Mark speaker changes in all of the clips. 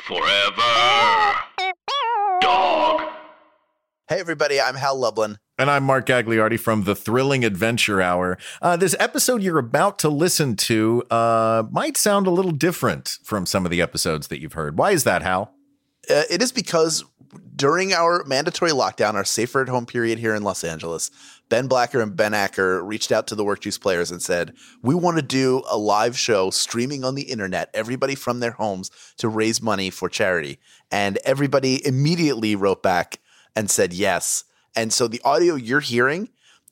Speaker 1: Forever. Dog.
Speaker 2: Hey, everybody, I'm Hal Lublin.
Speaker 3: And I'm Mark Gagliardi from the Thrilling Adventure Hour. Uh, this episode you're about to listen to uh, might sound a little different from some of the episodes that you've heard. Why is that, Hal?
Speaker 2: Uh, it is because during our mandatory lockdown, our safer at home period here in Los Angeles, Ben Blacker and Ben Acker reached out to the Work Juice players and said, We want to do a live show streaming on the internet, everybody from their homes to raise money for charity. And everybody immediately wrote back and said yes. And so the audio you're hearing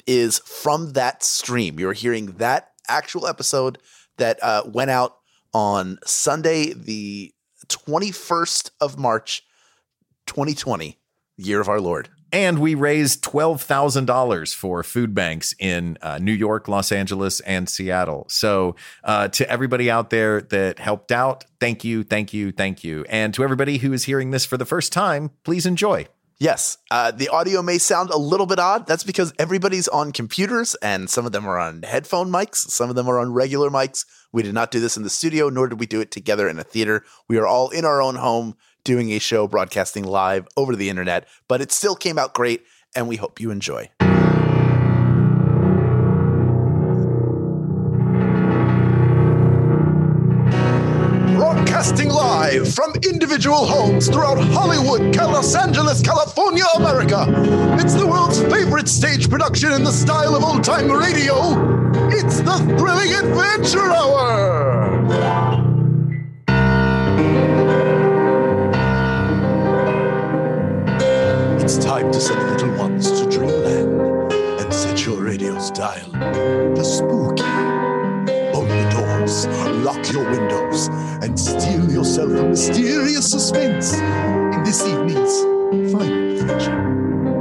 Speaker 2: is from that stream. You're hearing that actual episode that uh, went out on Sunday, the 21st of March, 2020, year of our Lord.
Speaker 3: And we raised $12,000 for food banks in uh, New York, Los Angeles, and Seattle. So, uh, to everybody out there that helped out, thank you, thank you, thank you. And to everybody who is hearing this for the first time, please enjoy.
Speaker 2: Yes, uh, the audio may sound a little bit odd. That's because everybody's on computers, and some of them are on headphone mics, some of them are on regular mics. We did not do this in the studio, nor did we do it together in a theater. We are all in our own home doing a show broadcasting live over the internet, but it still came out great, and we hope you enjoy. Broadcasting live from individual homes throughout Hollywood, Cal- Los Angeles, California, America. It's the world's favorite stage production in the style of old time radio. It's the Thrilling Adventure Hour. It's time to send little ones to dreamland and set your radio's dial to spooky. Bolt the doors, lock your windows, and steal yourself a mysterious suspense in this evening's final adventure.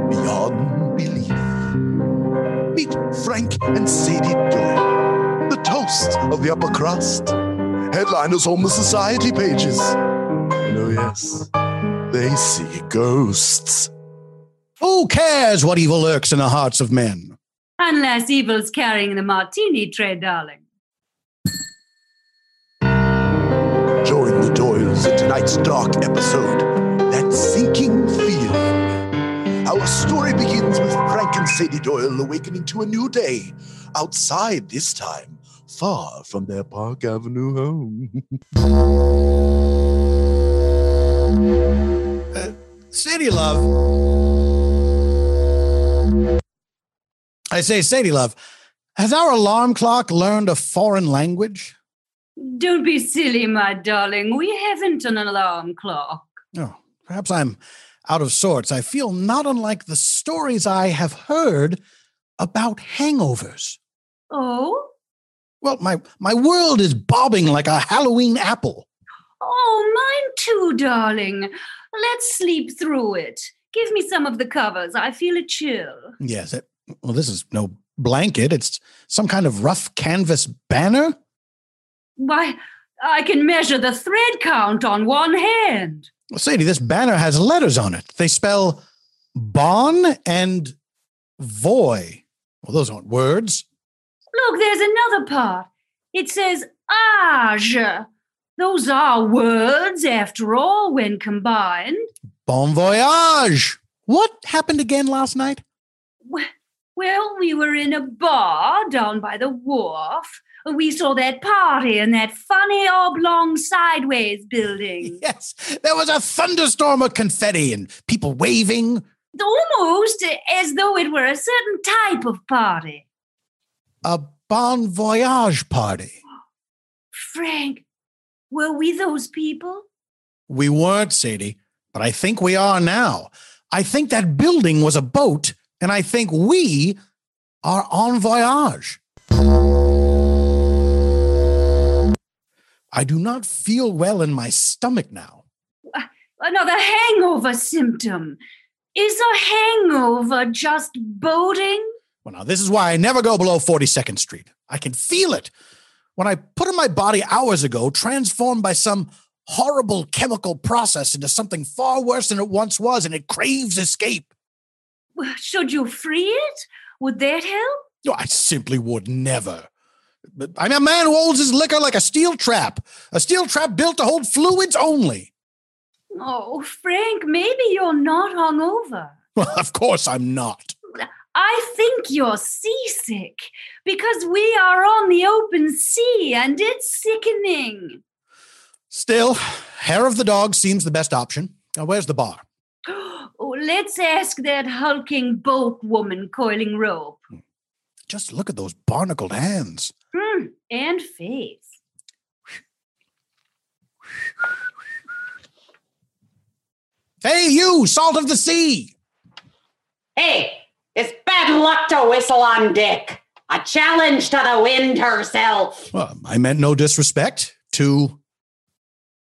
Speaker 2: Beyond belief. Meet Frank and Sadie Doyle, the toast of the upper crust, headliners on the society pages. And oh, yes, they see ghosts.
Speaker 4: Who cares what evil lurks in the hearts of men?
Speaker 5: Unless evil's carrying the martini tray, darling.
Speaker 1: Join the Doyles in tonight's dark episode, That Sinking Feeling. Our story begins with Frank and Sadie Doyle awakening to a new day, outside this time, far from their Park Avenue home.
Speaker 4: Sadie Love. I say, Sadie Love, has our alarm clock learned a foreign language?
Speaker 5: Don't be silly, my darling. We haven't an alarm clock.
Speaker 4: Oh, perhaps I'm out of sorts. I feel not unlike the stories I have heard about hangovers.
Speaker 5: Oh?
Speaker 4: Well, my, my world is bobbing like a Halloween apple.
Speaker 5: Oh, mine too, darling. Let's sleep through it. Give me some of the covers. I feel a chill.
Speaker 4: Yes. It, well, this is no blanket. It's some kind of rough canvas banner.
Speaker 5: Why, I can measure the thread count on one hand.
Speaker 6: Well, Sadie, this banner has letters on it. They spell Bon and Voy. Well, those aren't words.
Speaker 5: Look, there's another part. It says age. Those are words, after all, when combined.
Speaker 6: Bon voyage. What happened again last night?
Speaker 5: W- Well, we were in a bar down by the wharf. We saw that party in that funny oblong sideways building.
Speaker 6: Yes, there was a thunderstorm of confetti and people waving.
Speaker 5: Almost as though it were a certain type of party.
Speaker 6: A bon voyage party.
Speaker 5: Frank, were we those people?
Speaker 6: We weren't, Sadie, but I think we are now. I think that building was a boat, and I think we are on voyage. I do not feel well in my stomach now.
Speaker 5: Another hangover symptom. Is a hangover just boating?
Speaker 6: Well, now, this is why I never go below 42nd Street. I can feel it. When I put in my body hours ago, transformed by some horrible chemical process into something far worse than it once was, and it craves escape.
Speaker 5: Should you free it? Would that help?
Speaker 6: No, I simply would never. But I'm a man who holds his liquor like a steel trap, a steel trap built to hold fluids only.
Speaker 5: Oh, Frank, maybe you're not hungover.
Speaker 6: Well, of course I'm not.
Speaker 5: I think you're seasick because we are on the open sea and it's sickening.
Speaker 6: Still, hair of the dog seems the best option. Now, where's the bar?
Speaker 5: Oh, let's ask that hulking boat woman coiling rope.
Speaker 6: Just look at those barnacled hands.
Speaker 5: Hmm, and face.
Speaker 6: Hey, you, salt of the sea!
Speaker 7: Hey, it's bad luck to whistle on Dick. A challenge to the wind herself.
Speaker 6: Well, I meant no disrespect to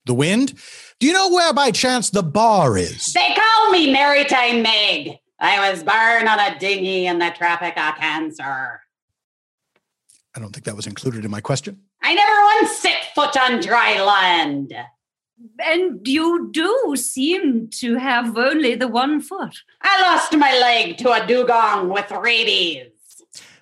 Speaker 6: the wind. Do you know where by chance the bar is?
Speaker 7: They call me Maritime Meg. I was born on a dinghy in the Tropic of Cancer.
Speaker 6: I don't think that was included in my question.
Speaker 7: I never once set foot on dry land.
Speaker 5: And you do seem to have only the one foot.
Speaker 7: I lost my leg to a dugong with rabies.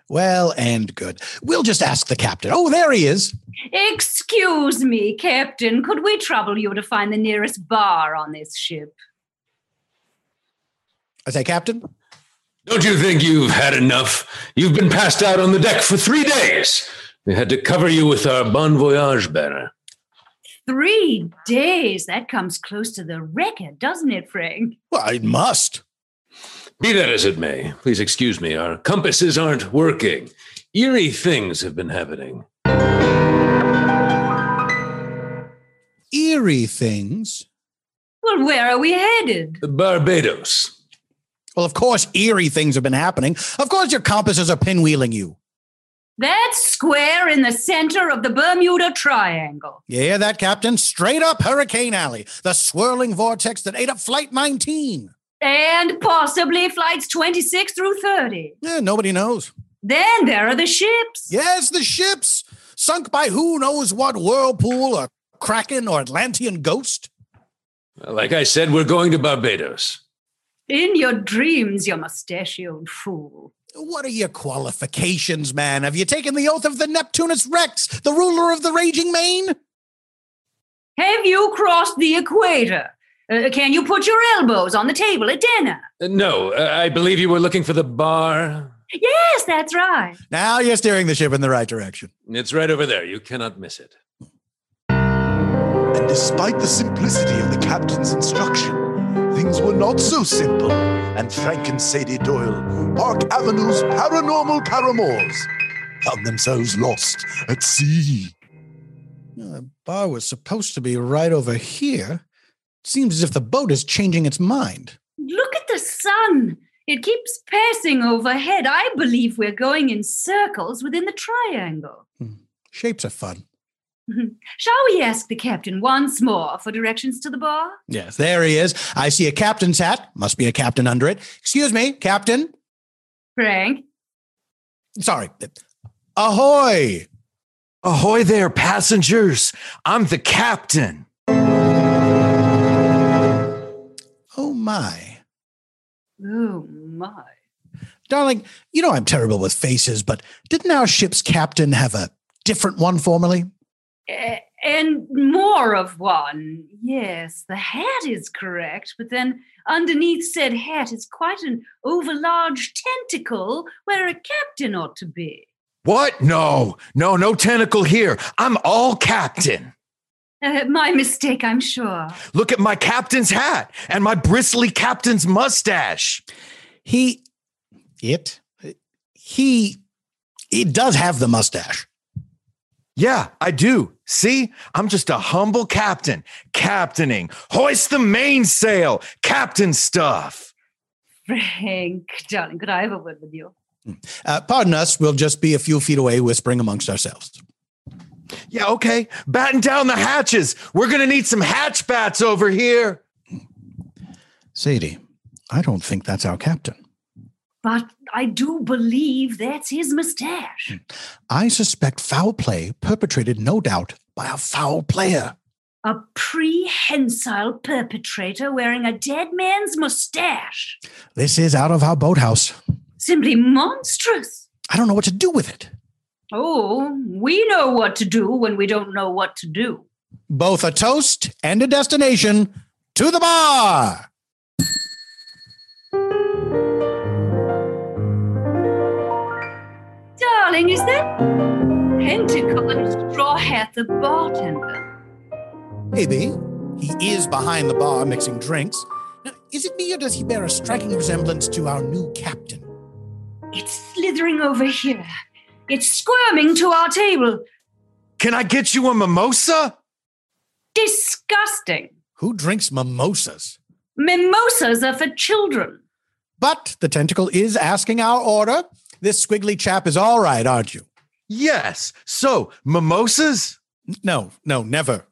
Speaker 6: Well and good. We'll just ask the captain. Oh, there he is.
Speaker 5: Excuse me, Captain, could we trouble you to find the nearest bar on this ship?
Speaker 6: I say, Captain,
Speaker 1: Don't you think you've had enough? You've been passed out on the deck for three days. We had to cover you with our Bon Voyage banner.
Speaker 5: Three days. That comes close to the record, doesn't it, Frank?
Speaker 6: well, I must.
Speaker 1: Be that as it may, please excuse me, our compasses aren't working. Eerie things have been happening.
Speaker 6: Eerie things.
Speaker 5: Well, where are we headed?
Speaker 1: Barbados.
Speaker 6: Well, of course, eerie things have been happening. Of course, your compasses are pinwheeling you.
Speaker 5: That square in the center of the Bermuda Triangle.
Speaker 6: You hear that, Captain? Straight up Hurricane Alley, the swirling vortex that ate up Flight 19.
Speaker 5: And possibly flights 26 through 30.
Speaker 6: Yeah, Eh, nobody knows.
Speaker 5: Then there are the ships.
Speaker 6: Yes, the ships sunk by who knows what whirlpool or kraken or Atlantean ghost.
Speaker 1: Like I said, we're going to Barbados.
Speaker 5: In your dreams, you mustachioed fool.
Speaker 6: What are your qualifications, man? Have you taken the oath of the Neptunus Rex, the ruler of the raging main?
Speaker 5: Have you crossed the equator? Uh, can you put your elbows on the table at dinner?
Speaker 1: Uh, No, uh, I believe you were looking for the bar.
Speaker 5: Yes, that's right.
Speaker 6: Now you're steering the ship in the right direction.
Speaker 1: It's right over there. You cannot miss it.
Speaker 8: And despite the simplicity of the captain's instruction, things were not so simple, and Frank and Sadie Doyle, Park Avenue's paranormal paramours, found themselves lost at sea.
Speaker 6: Yeah, the bar was supposed to be right over here. Seems as if the boat is changing its mind.
Speaker 5: Look at the sun. It keeps passing overhead. I believe we're going in circles within the triangle.
Speaker 6: Hmm. Shapes are fun.
Speaker 5: Shall we ask the captain once more for directions to the bar?
Speaker 6: Yes, there he is. I see a captain's hat. Must be a captain under it. Excuse me, captain.
Speaker 5: Frank,
Speaker 6: Sorry. Ahoy.
Speaker 3: Ahoy there, passengers. I'm the captain.
Speaker 6: Oh my.
Speaker 5: Oh my.
Speaker 6: Darling, you know I'm terrible with faces, but didn't our ship's captain have a different one formerly?
Speaker 5: A- and more of one. Yes, the hat is correct, but then underneath said hat is quite an overlarge tentacle where a captain ought to be.
Speaker 3: What? No, no, no tentacle here. I'm all captain.
Speaker 5: Uh, my mistake, I'm sure.
Speaker 3: Look at my captain's hat and my bristly captain's mustache.
Speaker 6: He, it, he, he does have the mustache.
Speaker 3: Yeah, I do. See, I'm just a humble captain, captaining, hoist the mainsail, captain stuff.
Speaker 5: Frank, darling, could I have a word with you?
Speaker 6: Uh, pardon us, we'll just be a few feet away whispering amongst ourselves.
Speaker 3: Yeah, okay. Batten down the hatches. We're going to need some hatchbats over here.
Speaker 6: Sadie, I don't think that's our captain.
Speaker 5: But I do believe that's his mustache.
Speaker 6: I suspect foul play perpetrated, no doubt, by a foul player.
Speaker 5: A prehensile perpetrator wearing a dead man's mustache.
Speaker 6: This is out of our boathouse.
Speaker 5: Simply monstrous.
Speaker 6: I don't know what to do with it.
Speaker 5: Oh, we know what to do when we don't know what to do.
Speaker 6: Both a toast and a destination to the bar.
Speaker 5: Darling, is that pentacle and straw hat the bartender?
Speaker 6: Maybe. He is behind the bar mixing drinks. Now, is it me or does he bear a striking resemblance to our new captain?
Speaker 5: It's slithering over here. It's squirming to our table.
Speaker 3: Can I get you a mimosa?
Speaker 5: Disgusting.
Speaker 6: Who drinks mimosas?
Speaker 5: Mimosas are for children.
Speaker 6: But the tentacle is asking our order. This squiggly chap is all right, aren't you?
Speaker 3: Yes. So, mimosas?
Speaker 6: No, no, never.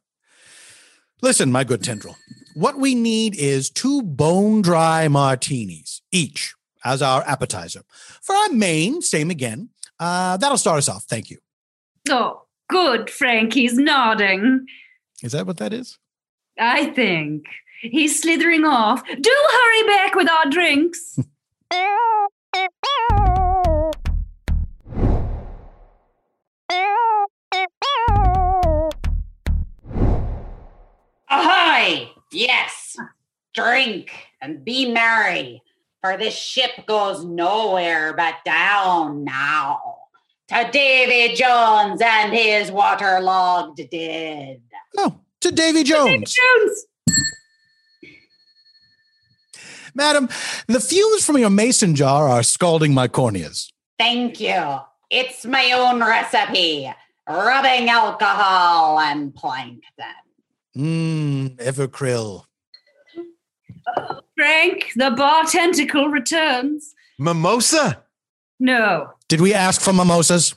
Speaker 6: Listen, my good tendril, what we need is two bone dry martinis each as our appetizer. For our main, same again. Uh, that'll start us off. Thank you.
Speaker 5: Oh, good, Frankie's nodding.
Speaker 6: Is that what that is?
Speaker 5: I think. He's slithering off. Do hurry back with our drinks.
Speaker 7: Ahoy! Yes, drink and be merry, for this ship goes nowhere but down now to Davy Jones and his waterlogged dead.
Speaker 6: No, Oh, to Davy Jones.
Speaker 5: Jones!
Speaker 6: Madam, the fumes from your mason jar are scalding my corneas.
Speaker 7: Thank you. It's my own recipe rubbing alcohol and plankton.
Speaker 6: Mmm, Evercrill.
Speaker 5: Frank, the bar tentacle returns.
Speaker 3: Mimosa?
Speaker 5: No,
Speaker 6: Did we ask for mimosas?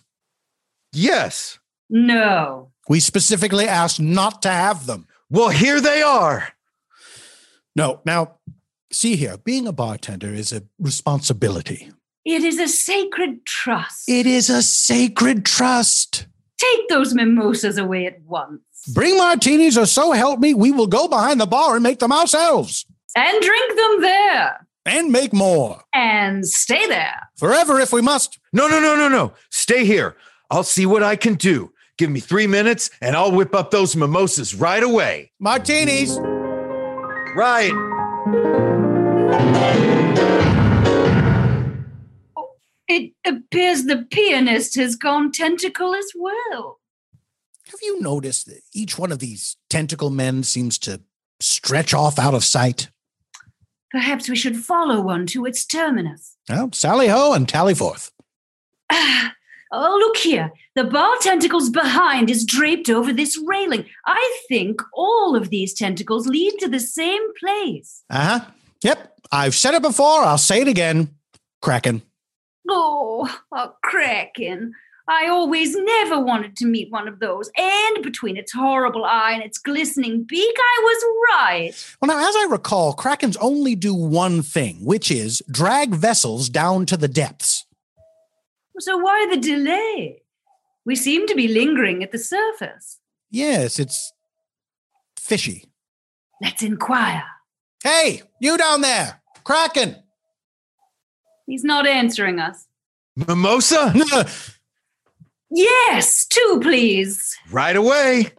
Speaker 3: Yes.
Speaker 5: no.
Speaker 6: We specifically asked not to have them.
Speaker 3: Well, here they are.
Speaker 6: No. Now, see here, being a bartender is a responsibility.
Speaker 5: It is a sacred trust.
Speaker 6: It is a sacred trust.
Speaker 5: Take those mimosas away at once.
Speaker 6: Bring martinis, or so help me, we will go behind the bar and make them ourselves
Speaker 5: And drink them there.
Speaker 6: and make more
Speaker 5: And stay there.
Speaker 6: forever if we must.
Speaker 3: No, no, no, no, no. Stay here. I'll see what I can do. Give me three minutes and I'll whip up those mimosas right away.
Speaker 6: Martinis.
Speaker 3: Right.
Speaker 5: It appears the pianist has gone tentacle as well.
Speaker 6: Have you noticed that each one of these tentacle men seems to stretch off out of sight?
Speaker 5: Perhaps we should follow one to its terminus.
Speaker 6: Well, Sally Ho and Tally Forth.
Speaker 5: Ah, oh, look here. The bar tentacles behind is draped over this railing. I think all of these tentacles lead to the same place.
Speaker 6: Uh huh. Yep. I've said it before. I'll say it again. Kraken.
Speaker 5: Oh, a kraken. I always never wanted to meet one of those. And between its horrible eye and its glistening beak, I was right.
Speaker 6: Well, now, as I recall, krakens only do one thing, which is drag vessels down to the depths.
Speaker 5: So why the delay? We seem to be lingering at the surface.
Speaker 6: Yes, it's fishy.
Speaker 5: Let's inquire.
Speaker 6: Hey, you down there, Kraken.
Speaker 5: He's not answering us.
Speaker 3: Mimosa?
Speaker 5: Yes, two, please.
Speaker 3: right away.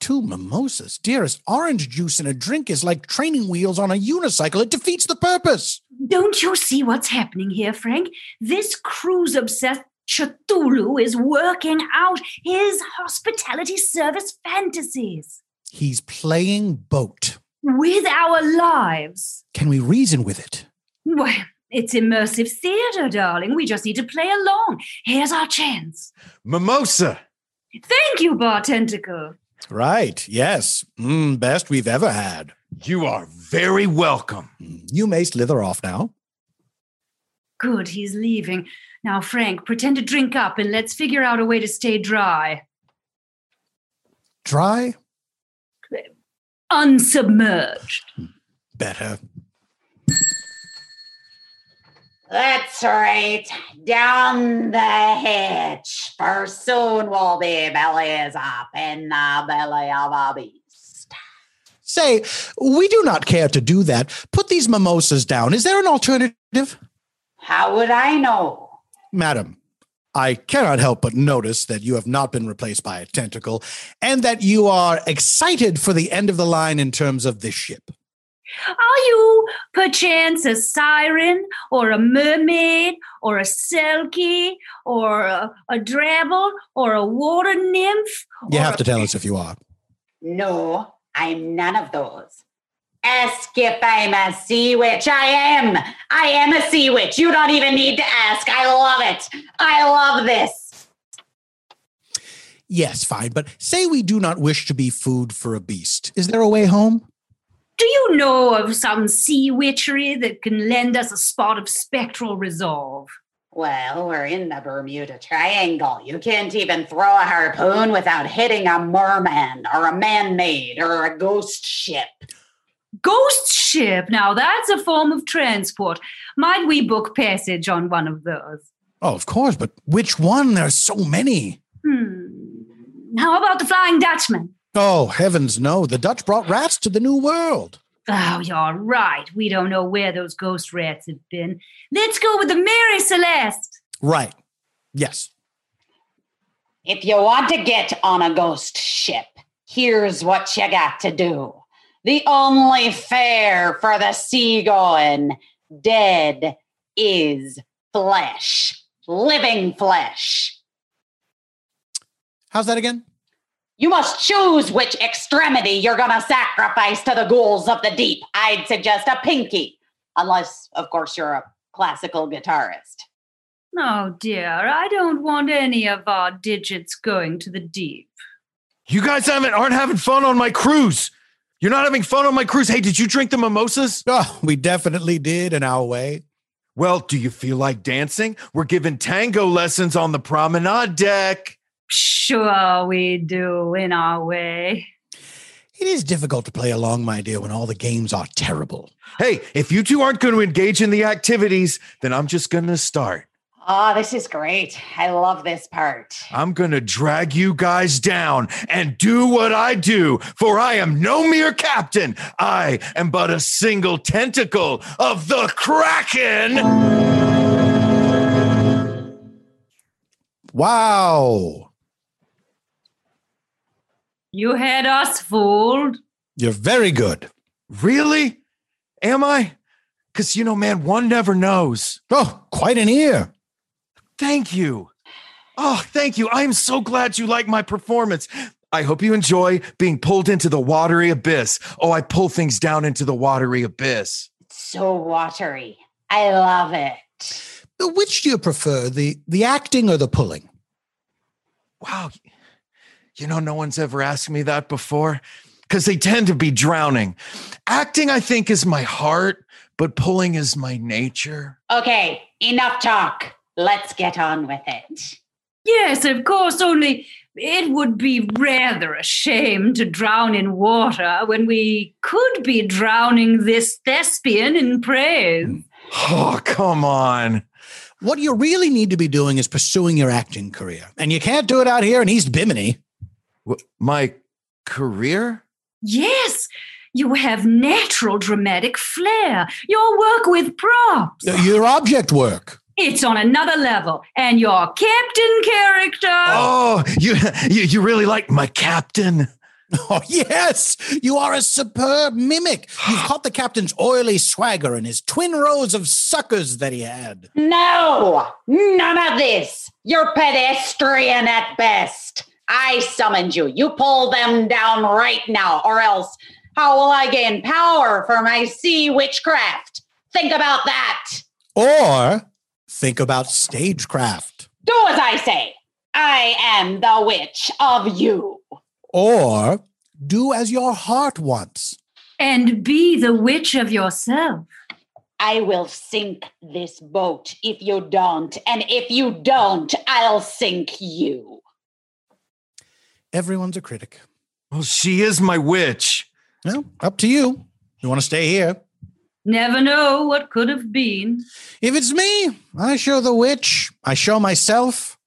Speaker 6: Two mimosas, dearest. Orange juice in a drink is like training wheels on a unicycle. It defeats the purpose.
Speaker 5: Don't you see what's happening here, Frank? This cruise obsessed Cthulhu is working out his hospitality service fantasies
Speaker 6: He's playing boat.
Speaker 5: with our lives.
Speaker 6: Can we reason with it?
Speaker 5: Well, it's immersive theater, darling. We just need to play along. Here's our chance.
Speaker 3: Mimosa.
Speaker 5: Thank you, Bar Tentacle.
Speaker 6: Right. Yes. Mm, best we've ever had.
Speaker 3: You are very welcome.
Speaker 6: You may slither off now.
Speaker 5: Good, he's leaving. Now, Frank, pretend to drink up and let's figure out a way to stay dry.
Speaker 6: Dry,
Speaker 5: Unsubmerged.
Speaker 6: better.
Speaker 7: That's right. Down the hitch, for soon will be bellies up in the belly of a beast.
Speaker 6: Say, we do not care to do that. Put these mimosas down. Is there an alternative?
Speaker 7: How would I know?
Speaker 6: Madam, I cannot help but notice that you have not been replaced by a tentacle and that you are excited for the end of the line in terms of this ship.
Speaker 5: Are you perchance a siren or a mermaid or a selkie or a, a drabble or a water nymph?
Speaker 6: You have to tell us if you are.
Speaker 7: No, I'm none of those. Ask if I'm a sea witch. I am. I am a sea witch. You don't even need to ask. I love it. I love this.
Speaker 6: Yes, fine, but say we do not wish to be food for a beast. Is there a way home?
Speaker 5: Do you know of some sea witchery that can lend us a spot of spectral resolve?
Speaker 7: Well, we're in the Bermuda Triangle. You can't even throw a harpoon without hitting a merman or a man made or a ghost ship.
Speaker 5: Ghost ship. Now that's a form of transport. Might we book passage on one of those?
Speaker 6: Oh, of course, but which one? There are so many.
Speaker 5: Hmm. How about the Flying Dutchman?
Speaker 6: Oh, heavens no. The Dutch brought rats to the New World.
Speaker 5: Oh, you're right. We don't know where those ghost rats have been. Let's go with the Mary Celeste.
Speaker 6: Right. Yes.
Speaker 7: If you want to get on a ghost ship, here's what you got to do. The only fare for the seagoing dead is flesh, living flesh.
Speaker 6: How's that again?
Speaker 7: You must choose which extremity you're going to sacrifice to the ghouls of the deep. I'd suggest a pinky, unless, of course, you're a classical guitarist.
Speaker 5: Oh, dear. I don't want any of our digits going to the deep.
Speaker 3: You guys haven't aren't having fun on my cruise. You're not having fun on my cruise. Hey, did you drink the mimosas?
Speaker 6: Oh, we definitely did in our way.
Speaker 3: Well, do you feel like dancing? We're giving tango lessons on the promenade deck.
Speaker 5: Sure, we do in our way.
Speaker 6: It is difficult to play along, my dear, when all the games are terrible.
Speaker 3: Hey, if you two aren't going to engage in the activities, then I'm just going to start.
Speaker 7: Oh, this is great. I love this part.
Speaker 3: I'm going to drag you guys down and do what I do, for I am no mere captain. I am but a single tentacle of the Kraken.
Speaker 6: Wow.
Speaker 5: You had us fooled.
Speaker 6: You're very good.
Speaker 3: Really? Am I? Because, you know, man, one never knows.
Speaker 6: Oh, quite an ear.
Speaker 3: Thank you. Oh, thank you. I am so glad you like my performance. I hope you enjoy being pulled into the watery abyss. Oh, I pull things down into the watery abyss.
Speaker 7: It's so watery. I love it.
Speaker 6: Which do you prefer, the, the acting or the pulling?
Speaker 3: wow, you know, no one's ever asked me that before because they tend to be drowning. Acting, I think, is my heart, but pulling is my nature.
Speaker 7: Okay, enough talk. Let's get on with it.
Speaker 5: Yes, of course, only it would be rather a shame to drown in water when we could be drowning this thespian in praise.
Speaker 3: Oh, come on.
Speaker 6: What you really need to be doing is pursuing your acting career. And you can't do it out here in East Bimini.
Speaker 3: My career?
Speaker 5: Yes, you have natural dramatic flair. Your work with props.
Speaker 6: Your object work.
Speaker 5: It's on another level. And your captain character.
Speaker 3: Oh, you you, you really like my captain?
Speaker 6: Oh, yes. You are a superb mimic. You've caught the captain's oily swagger and his twin rows of suckers that he had.
Speaker 7: No, none of this. You're pedestrian at best. I summoned you. You pull them down right now, or else how will I gain power for my sea witchcraft? Think about that.
Speaker 6: Or think about stagecraft.
Speaker 7: Do as I say. I am the witch of you.
Speaker 6: Or do as your heart wants.
Speaker 5: And be the witch of yourself.
Speaker 7: I will sink this boat if you don't, and if you don't, I'll sink you.
Speaker 6: Everyone's a critic.
Speaker 3: Well, she is my witch.
Speaker 6: Well, up to you. You want to stay here?
Speaker 5: Never know what could have been.
Speaker 6: If it's me, I show the witch, I show myself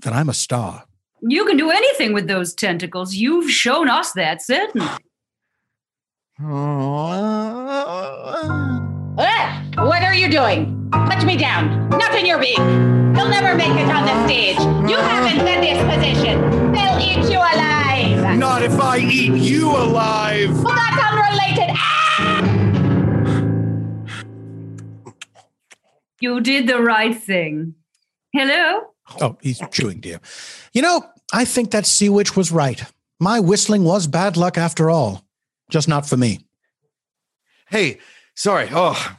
Speaker 6: that I'm a star.
Speaker 5: You can do anything with those tentacles. You've shown us that, certainly.
Speaker 7: Ugh, what are you doing? Put me down. Not in your beak. You'll never make it on the stage. You haven't the disposition. They'll eat you alive.
Speaker 3: Not if I eat you alive.
Speaker 7: Well, that's unrelated. Ah!
Speaker 5: You did the right thing. Hello?
Speaker 6: Oh, he's chewing, dear. You know, I think that sea witch was right. My whistling was bad luck after all, just not for me.
Speaker 3: Hey, sorry. Oh,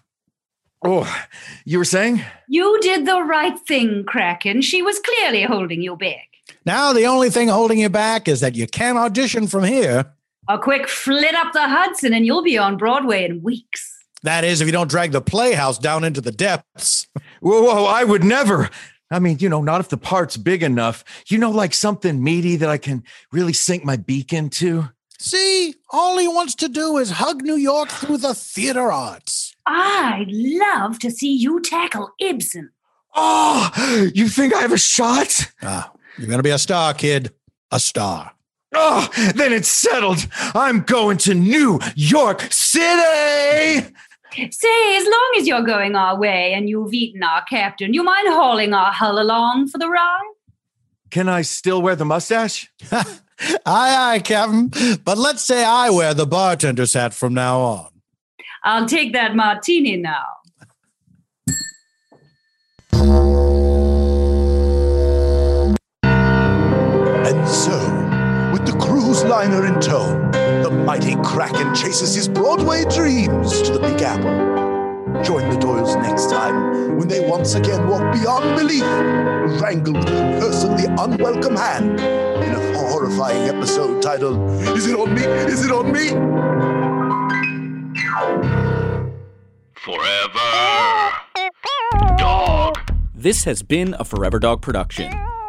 Speaker 3: oh, you were saying?
Speaker 5: You did the right thing, Kraken. She was clearly holding you back.
Speaker 6: Now, the only thing holding you back is that you can't audition from here.
Speaker 5: A quick flit up the Hudson and you'll be on Broadway in weeks.
Speaker 6: That is, if you don't drag the playhouse down into the depths.
Speaker 3: Whoa, whoa, I would never. I mean, you know, not if the part's big enough. You know, like something meaty that I can really sink my beak into.
Speaker 6: See, all he wants to do is hug New York through the theater arts.
Speaker 5: I'd love to see you tackle Ibsen.
Speaker 3: Oh, you think I have a shot?
Speaker 6: Ah, you're going to be a star, kid. A star.
Speaker 3: Oh, then it's settled. I'm going to New York City.
Speaker 5: Say, as long as you're going our way and you've eaten our captain, you mind hauling our hull along for the ride?
Speaker 3: Can I still wear the mustache?
Speaker 6: aye, aye, Captain. But let's say I wear the bartender's hat from now on.
Speaker 5: I'll take that martini now.
Speaker 8: And so, with the cruise liner in tow, the mighty Kraken chases his Broadway dreams to the Big Apple. Join the Doyles next time when they once again walk beyond belief, wrangled with a personally unwelcome hand in a horrifying episode titled, Is It On Me? Is It On Me?
Speaker 9: This has been a Forever Dog production.